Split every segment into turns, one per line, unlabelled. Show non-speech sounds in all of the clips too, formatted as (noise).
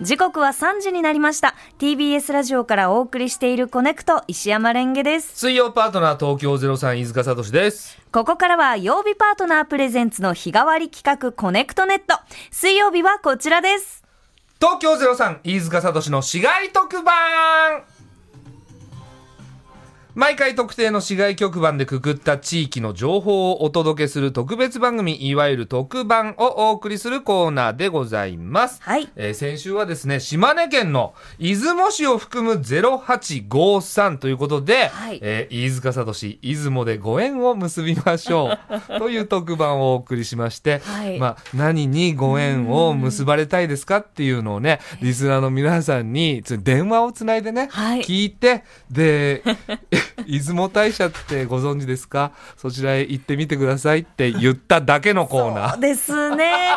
時刻は3時になりました TBS ラジオからお送りしているコネクト石山レンゲです
水曜パートナー東京03飯塚聡です。
ここからは曜日パートナープレゼンツの日替わり企画コネクトネット水曜日はこちらです
東京03飯塚聡の市街特番毎回特定の市街局番でくくった地域の情報をお届けする特別番組、いわゆる特番をお送りするコーナーでございます。
はい
えー先週はですね、島根県の出雲市を含む0853ということで、
はい
えー飯塚聡出雲でご縁を結びましょ
(laughs)
うという特番をお送りしまして、
はい
まあ、何にご縁を結ばれたいですかっていうのをね、リスナーの皆さんにつ電話をつないでね、
はい
聞いて、で、 (laughs) 出雲大社ってご存知ですかそちらへ行ってみてくださいって言っただけのコーナー。
です
(laughs)
ね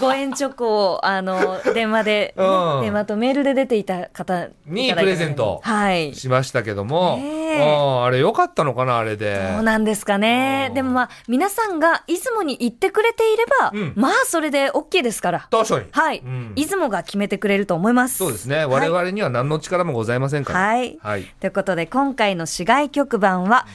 ご縁チョコをあの電話で、ね
うん
電話とメールで出ていた方
に
いただいた方
プレゼント
はい
しましたけども、
ねえ
あーあれ良かったのかなあれで。
そうなんですかね
うん
でもまあ皆さんが出雲に行ってくれていれば、
うん
まあそれで OK ですから
確かに。
はい、
うん
出雲が決めてくれると思います
そうですね。我々には何の力もございませんから。
はい
はい。
ということで今回の市外局番は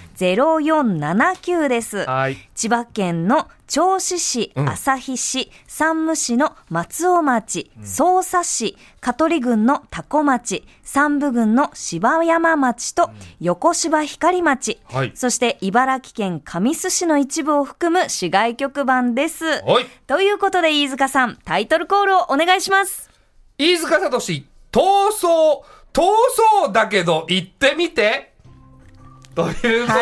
0479です
はい。
千葉県の銚子市、
うん
旭市、山武市の松尾町、匝瑳市、香取郡の多古町、山武郡の芝山町と横芝光町、
はい
そして茨城県神栖市の一部を含む市外局番です。
はい。
ということで飯塚さん、タイトルコールをお願いします。
飯塚聡、逃走、逃走だけど行ってみてというこ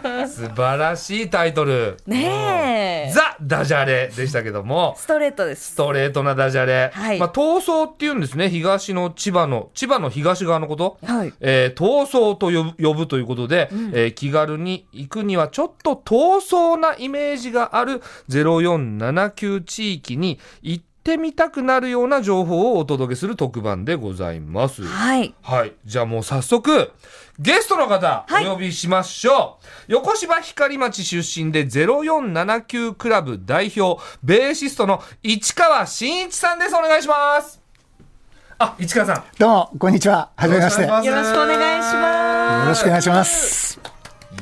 とで、素晴らしいタイトル。
ねえ。
ザ・ダジャレでしたけども、
ストレートで
ス
す。
トレートなダジャレ。
はい
まあ、逃走っていうんですね。東の千葉の、千葉の東側のこと。
はい
えー逃走と呼ぶ呼ぶということで、えー気軽に行くにはちょっと遠そうなイメージがある0479地域に行ってみたくなるような情報をお届けする特番でございます。
はい。
はい。じゃあもう早速、ゲストの方、
はい
お呼びしましょう。横芝光町出身で0479クラブ代表、ベーシストの市川真一さんです。お願いします。あ、市川さん。よ
どうも、こんにちは。はじめまして。よ
よろしくお願いします。
ろしくお願いします。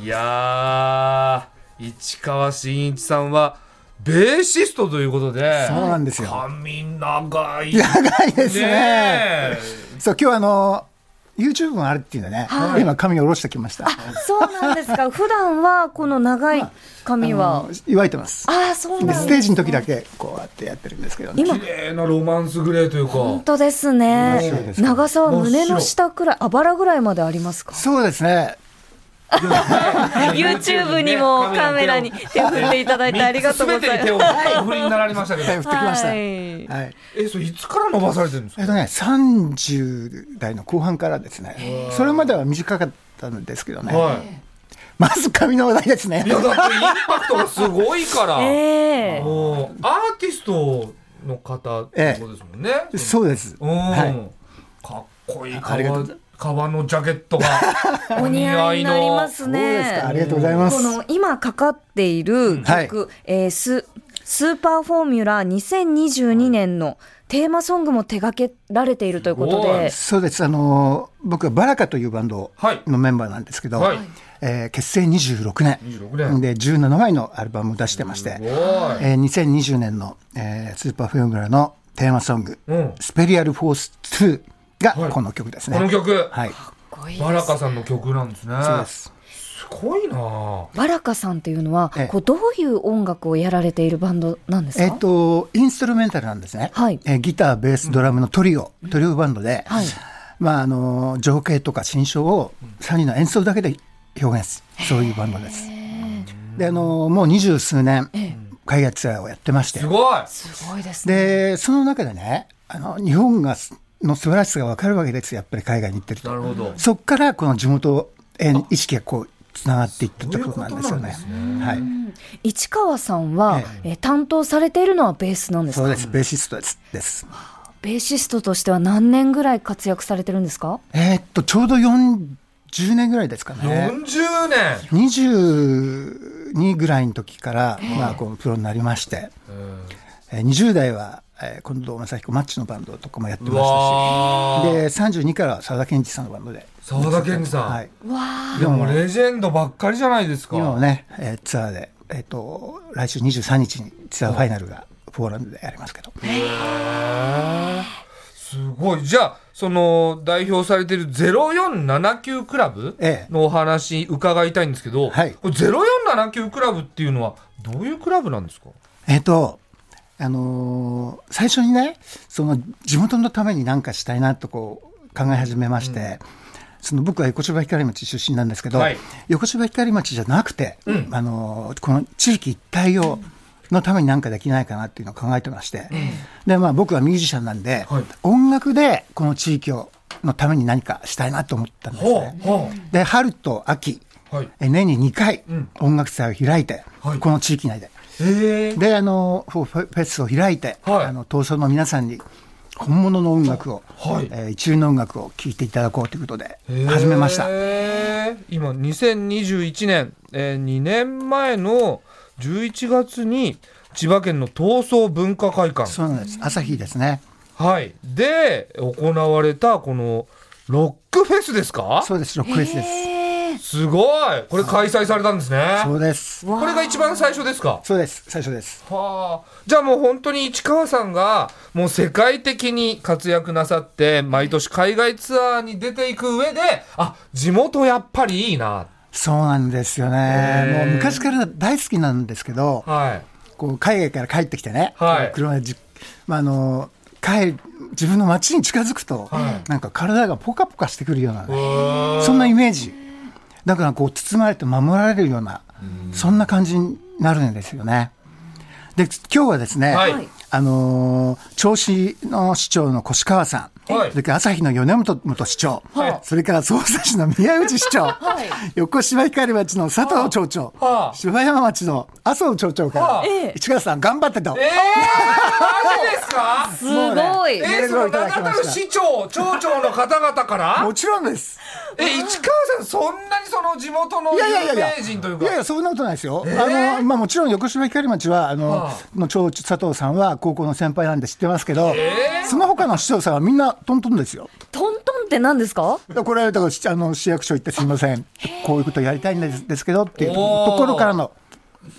いやー、市川真一さんは、ベーシストということで。
そうなんですよ
髪長い。
長いですね。
ね
そう、今日あの、YouTube もあるっていうんでね、今髪を下ろしてきました。
そうなんです (laughs) か。普段はこの長い髪は
あの。祝いてます。
ああ、そうなん
で
です、ね。
ステージの時だけ、こうやってやってるんですけどね。
今
綺麗なロマンスグレーというか。
本当ですね。長さは胸の下くらい、あばらぐらいまでありますか。
そうですね。
YouTube にもカメラに手振っていただいてありがとうございます。
す。手をお振りになられましたけ
はい、振
ど。
ってきました。
は
はいい。
え、それいつから伸ばされてるんですか
えっとね、30代の後半からですね、それまでは短かったんですけどね、
はい。
まず髪の話題ですね
い。や、だってインパクトがすごいから。
ええ
もう、アーティストの方ってことですもんね。
そうです。
うん、
は
かっこいい
ありがとう
革
ござい
革のジャケットが
(laughs) お似合いになります
そうです
ね
か。あ。りがとうございます
こ。の今かかっている曲、えーススーパーフォーミュラ2022年のテーマソングも手掛けられているということで、
そうです。あの僕はバラカというバンド
はい
のメンバーなんですけど、
はい
えー結成26年
26年
で17枚のアルバムを出してまして、
すごい
えー2020年の、えースーパーフェムラのテーマソング、
うん
スペリアルフォース2
はい
がこの曲ですね。
この曲
はい。
バラカさんの曲なんですね
そうです。
すごいなぁ
バラカさんっていうのは、
ええ
こうどういう音楽をやられているバンドなんですか、
えっと、インストゥルメンタルなんですね、
はい
えーギター、ベース、ドラムのトリオ、トリオバンドで、
はい
まあ、あの情景とか心象を3人の演奏だけで表現する、そういうバンドです。であのもう二十数年、海外ツアーをやってまして
す、ごい
すごいですね。
でその中でね、あの日本がすの素晴らしさが分かるわけですよ、やっぱり海外に行ってる
なる
と。
ほど
そこからこの地元への意識がこうつながっていったところなんですよね
そういうことなん。
はい、
市川さんは、えー担当されているのはベースなんです
そう
か
です、ベーシストです。です
ベーシストとしては何年ぐらい活躍されてるんですか
えーっと、ちょうど40年ぐらいですかね。
40年
22ぐらいの時から、まあ、こうプロになりまして、えー20代は、えー近藤正彦マッチのバンドとかもやって
う
まし
わ
た
ー
しで32からは沢田研二さんのバンドで
沢田研二さん
はい、
いや
今
も
も
う
ね
レジェンドばっかりじゃないですか
今もね、えーツアーで、えー、と来週23日にツアーファイナルがポーランドでやりますけど、
すごいじゃあその代表されている0479クラブ
ええ
のお話伺いたいんですけど、
はい
これ0479クラブっていうのはどういうクラブなんですか
えっ、とあのー最初にねその地元のために何かしたいなとこう考え始めまして、その僕は横芝光町出身なんですけど、
はい
横芝光町じゃなくて、あのーこの地域一帯をのために何かできないかなっていうのを考えてまして、でまあ、僕はミュージシャンなんで、
はい
音楽でこの地域をのために何かしたいなと思ったんです
ほ
ね
う。ほ
で春と秋
うはい
え年に2回
うん
音楽祭を開いて、
はい
この地域内で。
ええ
であのフォフェフェスを開いて、
はい
あの闘争の皆さんに本物の音楽を、
はい
えー一流の音楽を聴いていただこうということで始めました、
えー今2021年、えー、2年前の11月に千葉県の闘争文化会館
そうなんです朝日ですね
はいで行われたこのロックフェスですか
そうですロックフェスです、
え
すごいこれ開催されたんです
そ
ね
うです
これが一番最初ですか
そうです最初です
はあ、じゃあもう本当に市川さんがもう世界的に活躍なさって毎年海外ツアーに出ていく上であ地元やっぱりいいな
そうなんですよ
へ
ね
ー
もう昔から大好きなんですけど
はい
こう海外から帰ってきてね、
はい
車でじ、まあ、あの帰自分の街に近づくと、
はい
なんか体がポカポカしてくるようなね、
そ
そんなイメージ。だからこう包まれて守られるような、そんな感じになるんですよね。で、今日はですね、
はい
あのー銚子の市長の越川さん、
はい
それから朝日の米本元市長、
はい
それから匝瑳市の宮内市長、横芝光町の佐藤町長、
はあ
芝山町の麻生町長から、
はあ
ええ
市川さん頑張ってと。
ええマジですか
(laughs)
すごい
えー、その
いただ
長
き
田
ま
の
し
市長町長の方々か
た。
ら
もちろんです。
え市川さんそんなにその地元の
いやいやいや
有
いや、
名人という
いやい
か
や、そんなことないですよ。
えー
あの、まあ、もちろん横芝光町は、あの、
は
の町長佐藤さんは高校の先輩なんで知ってますけど。
えー
その他の市長さんはみんなトントンですよ。
トントンって何ですか
だからこれ、だから、しあの、市役所行ってすみません。こういうことやりたいんです、ですけどっていうと
おー
ころからの。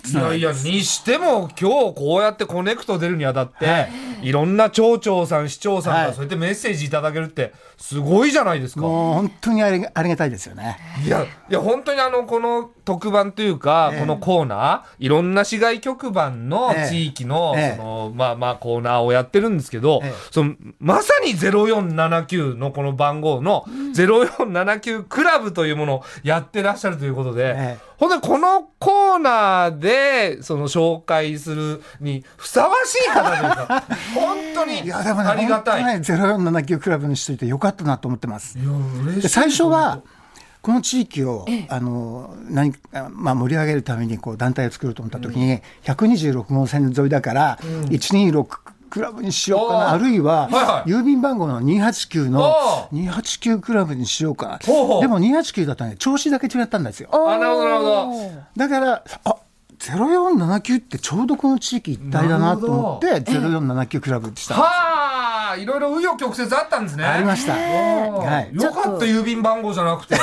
いやいやにしても今日こうやってコネクト出るにあたって、い、ろんな町長さん市長さんか
は
ら
い
そうやってメッセージいただけるってすごいじゃないですか、
もう本当にありありがたいですよね。
いや、いや、本当にあの、この特番というか、このコーナー、いろんな市外局番の
ええ
地域の、
ええ
その、まあまあコーナーをやってるんですけど、
ええ
その、まさに0479のこの番号の、0479クラブというものをやってらっしゃるということで、
ええ
本当にこのコーナーで、その、紹介するにふさわしい方という
(laughs)
か、本当
い
に
や、でもね、
ありがたい。いや、
本当ね、0479クラブにしといてよかったなと思ってます。
嬉し
で
い。
最初はこの地域を、あの何かまあ、盛り上げるためにこう団体を作ろうと思った時に、126号線沿いだから、126クラブにしようかな
あー
あるいは、
はいはい
郵便番号の289
あ
の289クラブにしようかな
ほうほう
でも289だとね調子だけ違ったんですよ
あ、なるほど、なるほど。
だからあ0479ってちょうどこの地域一体だなと思って0479クラブにした
はあ、いろいろ紆余曲折あったんですね。
ありました、はい
よかった郵便番号じゃなくて。
ね、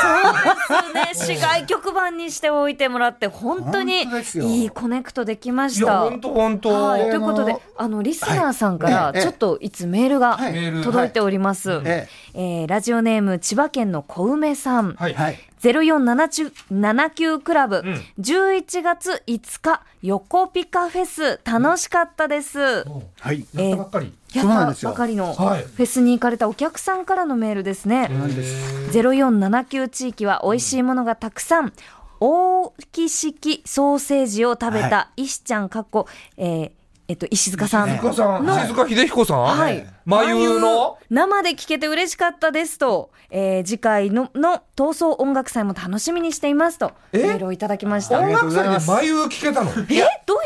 市外局番にしておいてもらって本当に
本当ですよ
いいコネクトできま
い
し
や、
た
本。当本当。
はい、ということ
あ
で
の、
あのリスナーさんから
はいええ
ちょっといつメールが
はい
メール
届いております。
え
えーラジオネーム千葉県の小梅さん。
はい。
はい、
0479クラブ、
ん
11月5日横ピカフェス楽しかったです、
はい
やったばっかり。
や
そうなんで
っ
す
た
よ
ばかりのフ
はい
ェスに行かれたお客さんからのメールですね、
なんです。
0479地域は美味しいものがたくさん、大木式ソーセージを食べた石ちゃんかっこ、えーえっと石塚さん
静香さん、静香秀彦さん。
はい。
まゆの。
生で聞けて嬉しかったですと、えー次回のの闘争音楽祭も楽しみにしていますと
え
メールをいただきました
音
がと
楽
うござい
祭で
ま
すまゆ聞けたの。どう
えどうい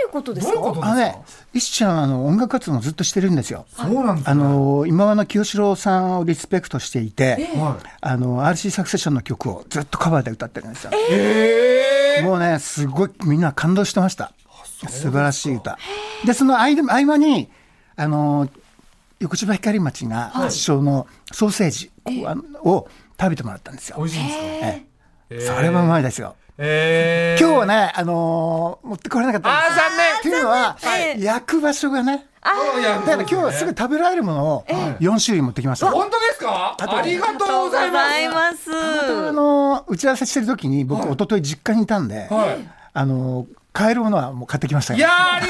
うことです
い
か
うことで
あの
す
ね
か。、
石ちゃんはあの音楽活動もずっとしてるんですよ。
そうなんです
あ
ね。
の今和の清志郎さんをリスペクトしていて、
はい。
あの RC サクセションの曲をずっとカバーで歌ってるんですよ。
ええ。
もうね、すごいみんな感動してました。素晴らしい歌。で、その間合間に、あの横芝光町が発祥のソーセージを食べてもらったんですよ。
美味しいんですか
ええそれはうまいですよ。
えー
今日はね、あのー持ってこれなかったんで
あ
す
ー残念
っていうのは
残念、
焼く場所がね、
いや
だから今日はすぐ食べられるものを4種類持ってきました。
本当ですかありがとうございます
ます。
あの打ち合わせしてる時に僕、一昨日実家にいたんで、
はい
あの買えるものはもう買ってきましたよ
いやーあ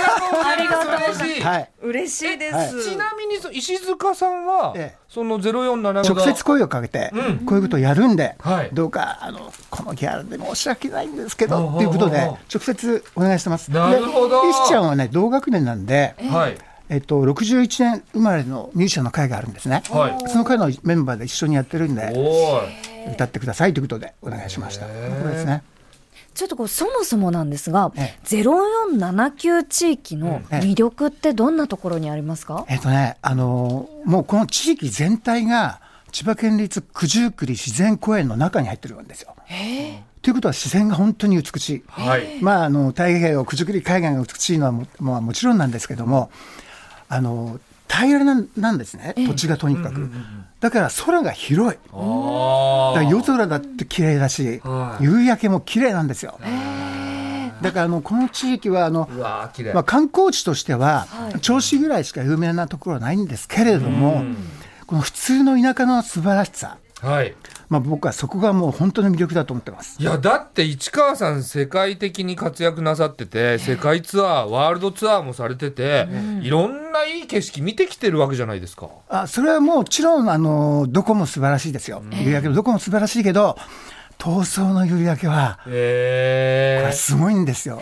りがとうございます
ありがとうございます
嬉しい
はい、
嬉しいで
はい
す。
ちなみにその石塚さんは、
ええ
その047
直
が
接声をかけて、こういうことをやるんで、
はい
どうかあのこのギャラで申し訳ないんですけ
ほう
ど
ほう
ということで
ほうほう
直接お願いしてます。
なるほど
で石ちゃんはね同学年なんで、
はい
えっと、61年生まれのミュージシャンの会があるんですね、
はい
その会のメンバーで一緒にやってるんで
おーい
歌ってくださいということでお願いしました。これですね
ちょっとこうそもそもなんですが、
え
0479地域の魅力ってどんなところにありますか？
えっとね、あのーもうこの地域全体が千葉県立九十九里自然公園の中に入ってるんですよ。ということは自然が本当に美しい。
はい
まあ、あの太平洋九十九里海岸が美しいのはも,、まあ、もちろんなんですけどもあの平らななんですね土地がとにかく、だから空が広い
あ
だから夜空だって綺麗だし
はい
夕焼けも綺麗なんですよだからあのこの地域はあの
ーうわー綺麗、
まあ、観光地としては
はい
銚子ぐらいしか有名なところはないんですけれども、この普通の田舎の素晴らしさ、
はい
まあ、僕はそこがもう本当の魅力だと思ってます。
いやだって市川さん世界的に活躍なさってて世界ツアーワールドツアーもされてて、いろんないい景色見てきてるわけじゃないですか
あそれはもちろんあのどこも素晴らしいですよ、夕焼けのどこも素晴らしいけど、闘争の夕焼けは、こ
え
れすごいんですよ。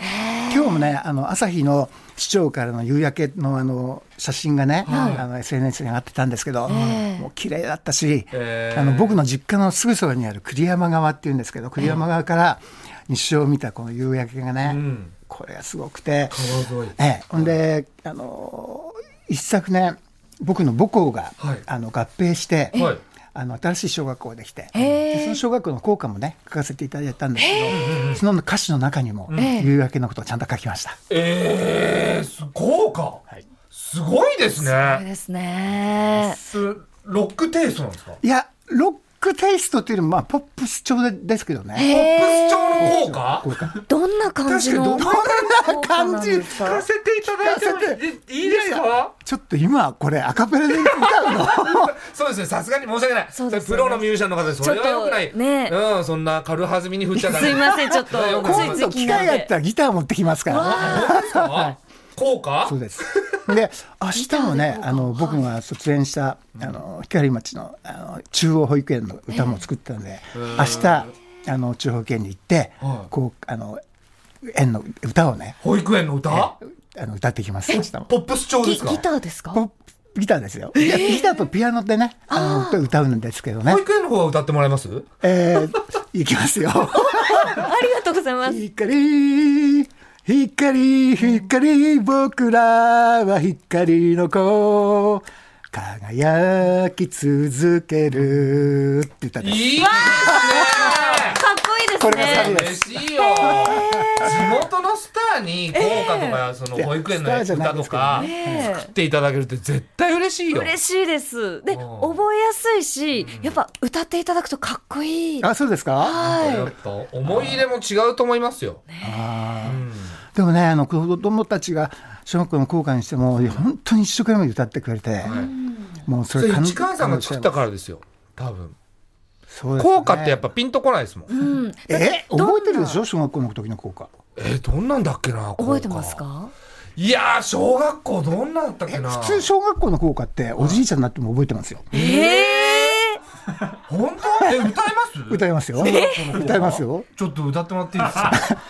今日もね、あの朝日の市長からの夕焼けのあの写真がね、あの SNS に上がってたんですけど、もう綺麗だったし、
えー
あの僕の実家のすぐそばにある栗山川っていうんですけど、栗山川から日照を見たこの夕焼けがね、
うん
これがすごくて、
川沿い
ええほんで、あの一昨年僕の母校が、
はい
あの合併して、
はい
あの新しい小学校ができて、
へー
でその小学校の校歌もね書かせていただいたんですけど、その歌詞の中にも
え
夕焼けのことをちゃんと書きました。
えー、す豪華、
い
すごいです
そ
ね
うですね。
すロックテイストなんですか
いやロックテイストっていうよりもまあポップス調ですけどね。
ポップ
へ
ス
ー
調の効果
こういう感じ
どんな感じの
確かにどんな感じ
効果なんです
聞か
か
せていただいてもいいいいですか
ちょっと今これアカペラで歌うの。
そうですねさすがに申し訳ない
そうですよね
それプロのミュージシャンの方ですそれはよくない
ちょっとね
うん、そんな軽はずみに振っちゃダメ
すいませんちょっと
(laughs) よくない
今度機会があったらギター持ってきますからね。
本当ですか効果
そうです。で明日もねあの僕が卒園したあの光町のあの中央保育園の歌も作ったんで、明日あの中央保育園に行って、
はい
こうあの園の歌をね
保育園の歌
あの歌ってきます明日も。
ポップス調で
ギ
すか
ギターですか
ポ？ップギターですよ。いやギターとピアノでね、あの歌うんですけどね
保。育園の方は歌ってもらえます
えー、いきますよ。
ありがとうございます。
光光光僕らは光の子輝き続けるって言ったん
い
です
いです
かっこいいです
これがサ
ね
ビで。
ね嬉しいよ地元のスターに効果とかその保育園の
スターじゃな
歌
いで
と
すけど
か
ね
ええ
作っていただけるって絶対嬉しいよ
嬉しいです。で、
うん
覚えやすいし、やっぱ歌っていただくとかっこいい。
あそうですか
やっ
は
ぱ思い入れも違うと思いますよ
でもねあの子供たちが小学校の校歌にしても本当に一生懸命歌ってくれて、もう
そ
それ
れ
感
市川さんが作ったからですよ多分
そうですね
効果ってやっぱピンとこないですもん、
い。うん。
え覚えてるでしょ小学校の時の校歌
えー、どんなんだっけな
覚えてますか？
いやー小学校どんなんだったっけな
普通小学校の校歌っておじいちゃんになっても覚えてますよ
ええ
本当え歌います
歌いますよ歌いますよ
ちょっと歌ってもらっていいで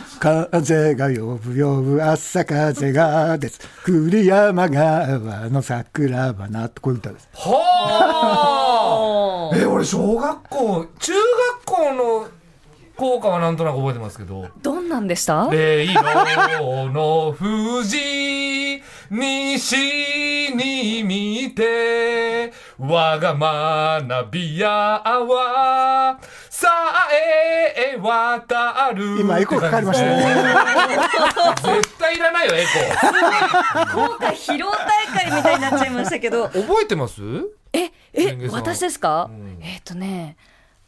す
(laughs)
か
風が呼ぶ呼ぶ朝風がです栗山川の桜花ってこういう歌です
お
はあ
ー
え俺小学校中学校の効果はなんとなく覚えてますけど
どんなんでした？
レイロの富士西に見て我が学び屋はさあえー、え渡る
今エコーかかりましたね
絶対いらないよエ
今回疲労大会みたいになっちゃいましたけど
コー覚えてます
え
レンゲ
え
さん
私ですか、
ん
えっ、とね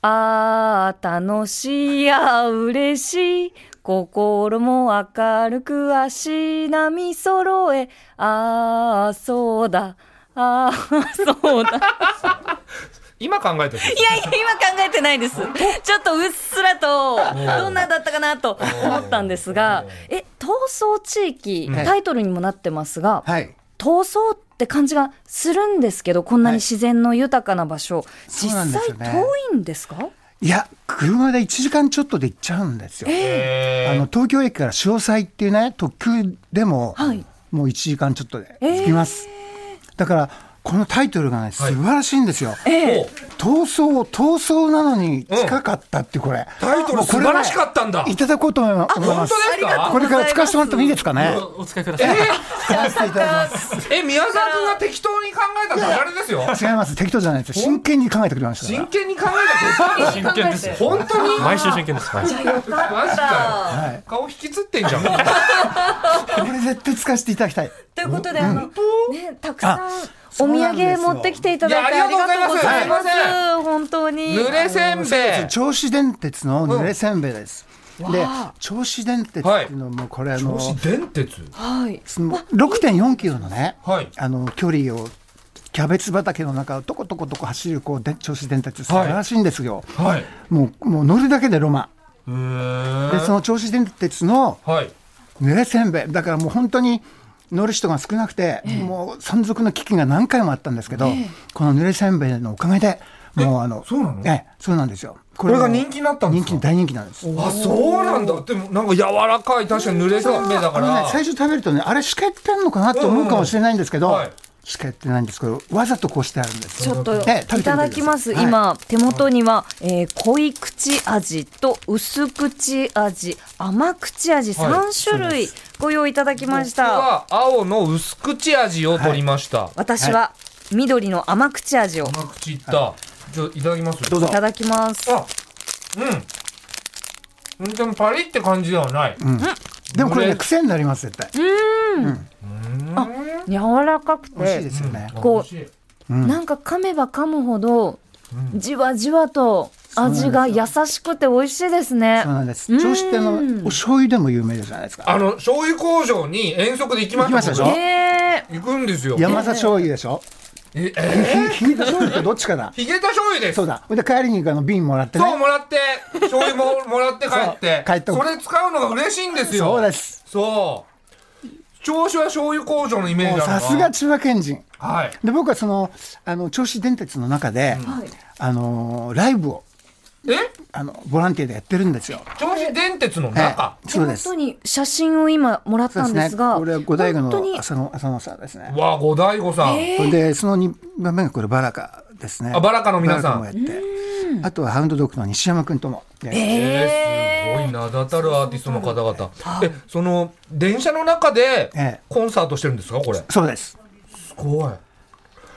あー楽しいや嬉しい心も明るく足並み揃えああそうだああそうだ
(laughs) 今考えた
いやいや今考えてない
(laughs)
ですちょっとうっすらとどんなだったかなと思ったんですがえ闘争地域
ん
タイトルにもなってますが、
はい
闘争って感じがするんですけどこんなに自然の豊かな場所、
そう
実
なんです
際
よね
遠いんですか
いや車で1時間ちょっとで行っちゃうんですよ、
え
あの東京駅から潮騒っていうね特急でも、
はい
もう1時間ちょっとで着きます、だからこのタイトルがね素晴らしいんですよ、
ええ
闘争闘争なのに近かったってこれ、
タイトル
もうこれ
素晴らしかったんだ
いただこうと思いま
本
す
当ですか
これから使わせてもらってもいいですかね
おお使いください。
使わせていただきま
え宮沢君が適当に考えたダジャレですよ
す違います適当じゃないです真剣に考えてくれました
真
か
剣に考えたダジャレ
真剣です。
本当に
毎週真剣です。はい
マジかよ
らはい
顔引きつってんじゃん
これ絶対使わせていただきたい
ということで、あのねたくさん
あ
お
そう
土
なんです
産
よ
持ってきていただいて
いや
あ
あ
り
り
が
が
とうご
とうご
ざ
ざ
い
い
ま
ますす
本当に
濡れせんべい
銚子電鉄の濡れせんべいです、で銚子電鉄っていうのもこれあの、
もし電鉄
はい
その6.4キロのね、
はい
あの距離をキャベツ畑の中をとことことこ走るこうで銚子電鉄素晴らしいんですよ、
はい
もうもう乗るだけでロマ
へ
ンで
ー
その銚子電鉄の
はい
濡れせんべいだからもう本当に乗る人が少なくて、もう存続の危機が何回もあったんですけど、この濡れせんべいのおかげでもうあの
そうなの
ええそうなんですよこ
これが人気になったんです
人
か
気に大人気なんです
あそうなんだでもなんか柔らかい確かに濡れせんべいだか
あの
ら
ね、最初食べるとねあれしかやってんのかなと思うかもしれないんですけ
うん
ど
うんうんはい
しかやってないんですけどわざとこうしてあるんです
ちょっと
ええ食べてみてください
いただきます、
はい
今手元には、えー濃い口味と薄口味甘口味
はい
3種類ご用意いただきまし
僕
た、
は青の薄口味を取りました
私は緑の甘口味をい
甘口いったじゃあいただきます
どうぞ
ただきます
あうんでもパリって感じではない
でもこれ
こ
ね
れ
癖になります絶対
柔らかく
美味しい
て
ですよね
こう
美味しい
なんか噛めば噛むほど、じわじわと味が優しくて美味しいですね
そう。なんです銚子ってあのお醤油でも有名じゃないですか
あの醤油工場に遠足で行きまし
行きましたでしょ
え
行くんですよ
山田醤油でしょ
え
ひひげた醤油ってどっちかな
ヒゲタ醤油です
そうだほんで帰りにあの瓶もらってね
そうもらって醤油も
(laughs)
もらって帰って
そう帰って
それ使うのが嬉しいんですよ
そうです
そう銚子は醤油工場のイメー
も
ジ
う
だ
さすが千葉県人
はい
で僕はそのあの銚子電鉄の中で、あのライブを
え
あのボランティアでやってるんですよ
銚子電鉄の
え
中
ー、
え
手
そうです
元に写真を今もらっ
そう
た
です
んで
ね
すが、
これは五大工
本当
の
に
浅野浅野さんですね
わあ五大悟さん
それでその2番目がこれバラカですね
あバラカの皆さん
バラカもやってあとはハウンドドッグの西山君ともやりまし
えー、すごい名だたるアーティストの方々えその電車の中で
ええ
コンサートしてるんですかこれ
たそうです
すごい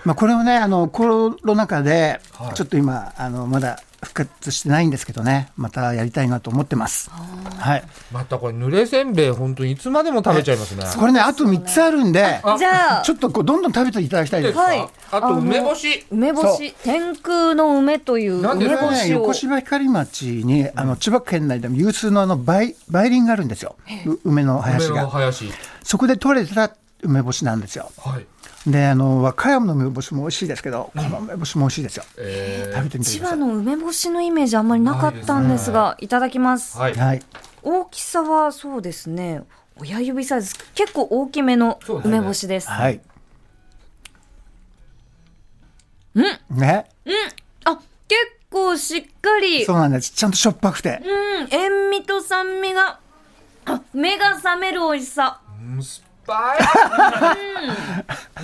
まあ、これをねあのコロナ禍で
はい
ちょっと今あのまだ復活してないんですけどねまたやりたいなと思ってますはい
またこれ濡れせんべい本当にいつまでも食べちゃいますね
これねあと3つあるんで
じゃあ
ちょっとこうどんどん食べていただきたいです
は
はい
ああと梅干し
あの梅干し天空の梅という
なんで
梅
これ
干
はね
しを
横芝光町にあの千葉県内でも有数のあの梅梅林があるんですよう梅の
梅
林
の
が
林
そこで取れた梅干しなんですよ
はい
であの和歌山の梅干しも美味しいですけどこの梅干しも美味しいですよ
え
食べてみて
千
く
葉
ださい
の梅干しのイメージあんまりなかったんですが、いただきます、
ー、はい
はい
大きさはそうですね親指サイズ結構大きめの
そうですね
梅干しです
はいね
あ結構しっかり
そうなんですちゃんとしょっぱくて
うん、塩味と酸味があ目が覚める美味しさ
うん酸っぱ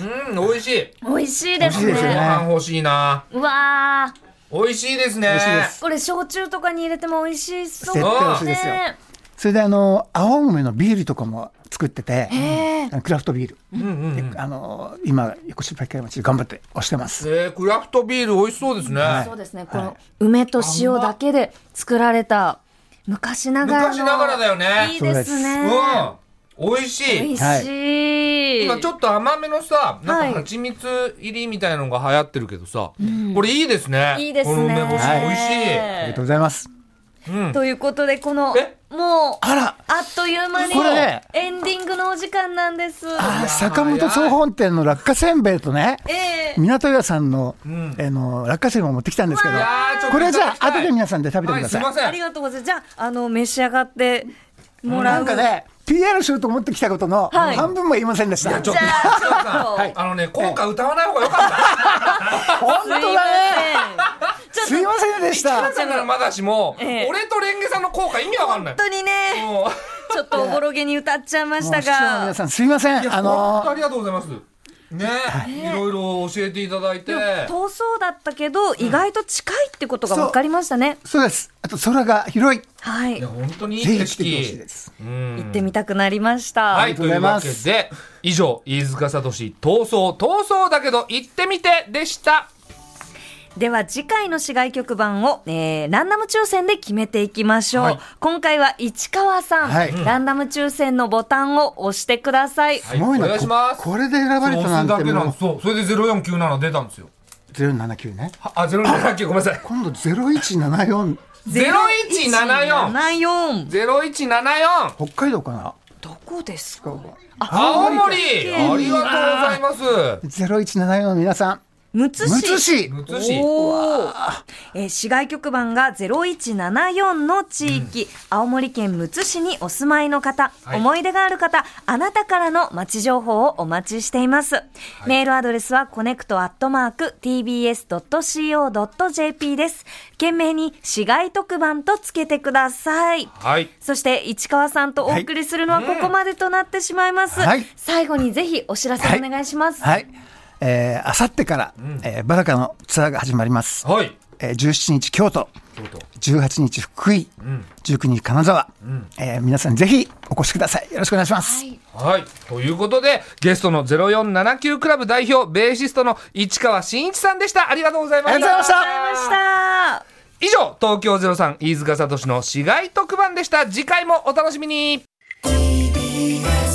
いうん、うん美味しい
美味しいです
美
ね
ご
味しいですよね
飯欲しいな
うわー
美味しいですね
美味しいです
これ焼酎とかに入れても美しそう
絶対美味しいですよ
ね
それであの青梅のビールとかも作ってて、
へー
あのクラフトビール、
うんうんうん
あの今横芝光町で頑張って押してます。
えー、クラフトビール美味しそうですね、
そうですね、この梅と塩だけで作られた昔ながらの
昔ながらだよね
いいですね
うん美味しい
美味しい、
今ちょっと甘めのさなん
はい
か蜂蜜入りみたいのが流行ってるけどさ、これいいですね
いいですね
この梅干し
はい
美味しい、
ありがとうございます。
うん、
ということでこの
え
もう
あら、
あっという間に
これ
エンディングのお時間なんです
あー坂本総本店の落花せんべいとね、
ええ
港屋さんの、
ん
あの落花せんべいを持ってきたんですけど
いやーちょっ、と
これじゃ
いただ
あ
きたい
後で皆さんで食べてください。
はい、すいま
あ
せ
り
ん
がとうございますじゃああの召し上がってもら
な
うん
かね、PR しようと思ってきたことの
はい
半分も言いませんでした。
ちょっ
じ
と
ゃあちょっと、
はいあのね効果歌わない方が良か
(laughs)
った
本当だね。
ね
すいませんでし
あ
た
な。たならまだしも、
ええ
俺とレンゲさんの効果意味わかんない
本当にね
もう
ちょっとおぼろげに歌っちゃいまし
もう
た
視聴の
が
皆さんすいませ
いや
ん。あ
本
の
当ありがとうございますね、いろいろ教えていただいて
でも遠そうだったけど意外と近いってことが分かりましたね、
そうです。あと空が広い。
はい
いや
行
本当にいい
ぜ
景
ひ来てほしい
色
です。
うん
ってみたくなりました、
は
あり
い、
がと
と
うご
い
ざいう
わ
ま
け
す
で、以上、飯塚聡、逃走、逃走だけど行ってみてでした。
では次回の市外局番を、えーランダム抽選で決めていきましょう、
はい
今回は市川さん、
はい
ランダム抽選のボタンを押してください、
い
もう
お願いします
ここれで選ばれたなん
そう
て
それだけな
も
の
う
そう、それで0497出たんですよ。
079ね。
はあ、079、ごめんなさい。
今度0174
0174!
0174
0174!
北海道かな。
どこですか
青
青森
県
ありがとうございます
0174の皆さん。
むつ
む
市
つ市。
むつ市
おーえー市外局番が0174の地域、青森県むつ市にお住まいの方、
はい
思い出がある方あなたからの街情報をお待ちしています、メールアドレスはコネクトアットマーク tbs.co.jp です懸命に市外特番とつけてください
はい。
そして市川さんとお送りするのはここまでとなってしまいます、
はい
最後にぜひお知らせお願いします、
はい。えー、あさってから、えーバラカのツアーが始まります。
はい。
えー、17日京都。
どうぞ
18日福井、19日金沢、えー皆さんぜひお越しくださいよろしくお願いします、
はい。ということで、ゲストの0479クラブ代表、ベーシストの市川真一さんでした。ありがとうございました。
ありがとうございました
ありがとうございました
以上、東京03飯塚聡の市街特番でした。次回もお楽しみに
TBS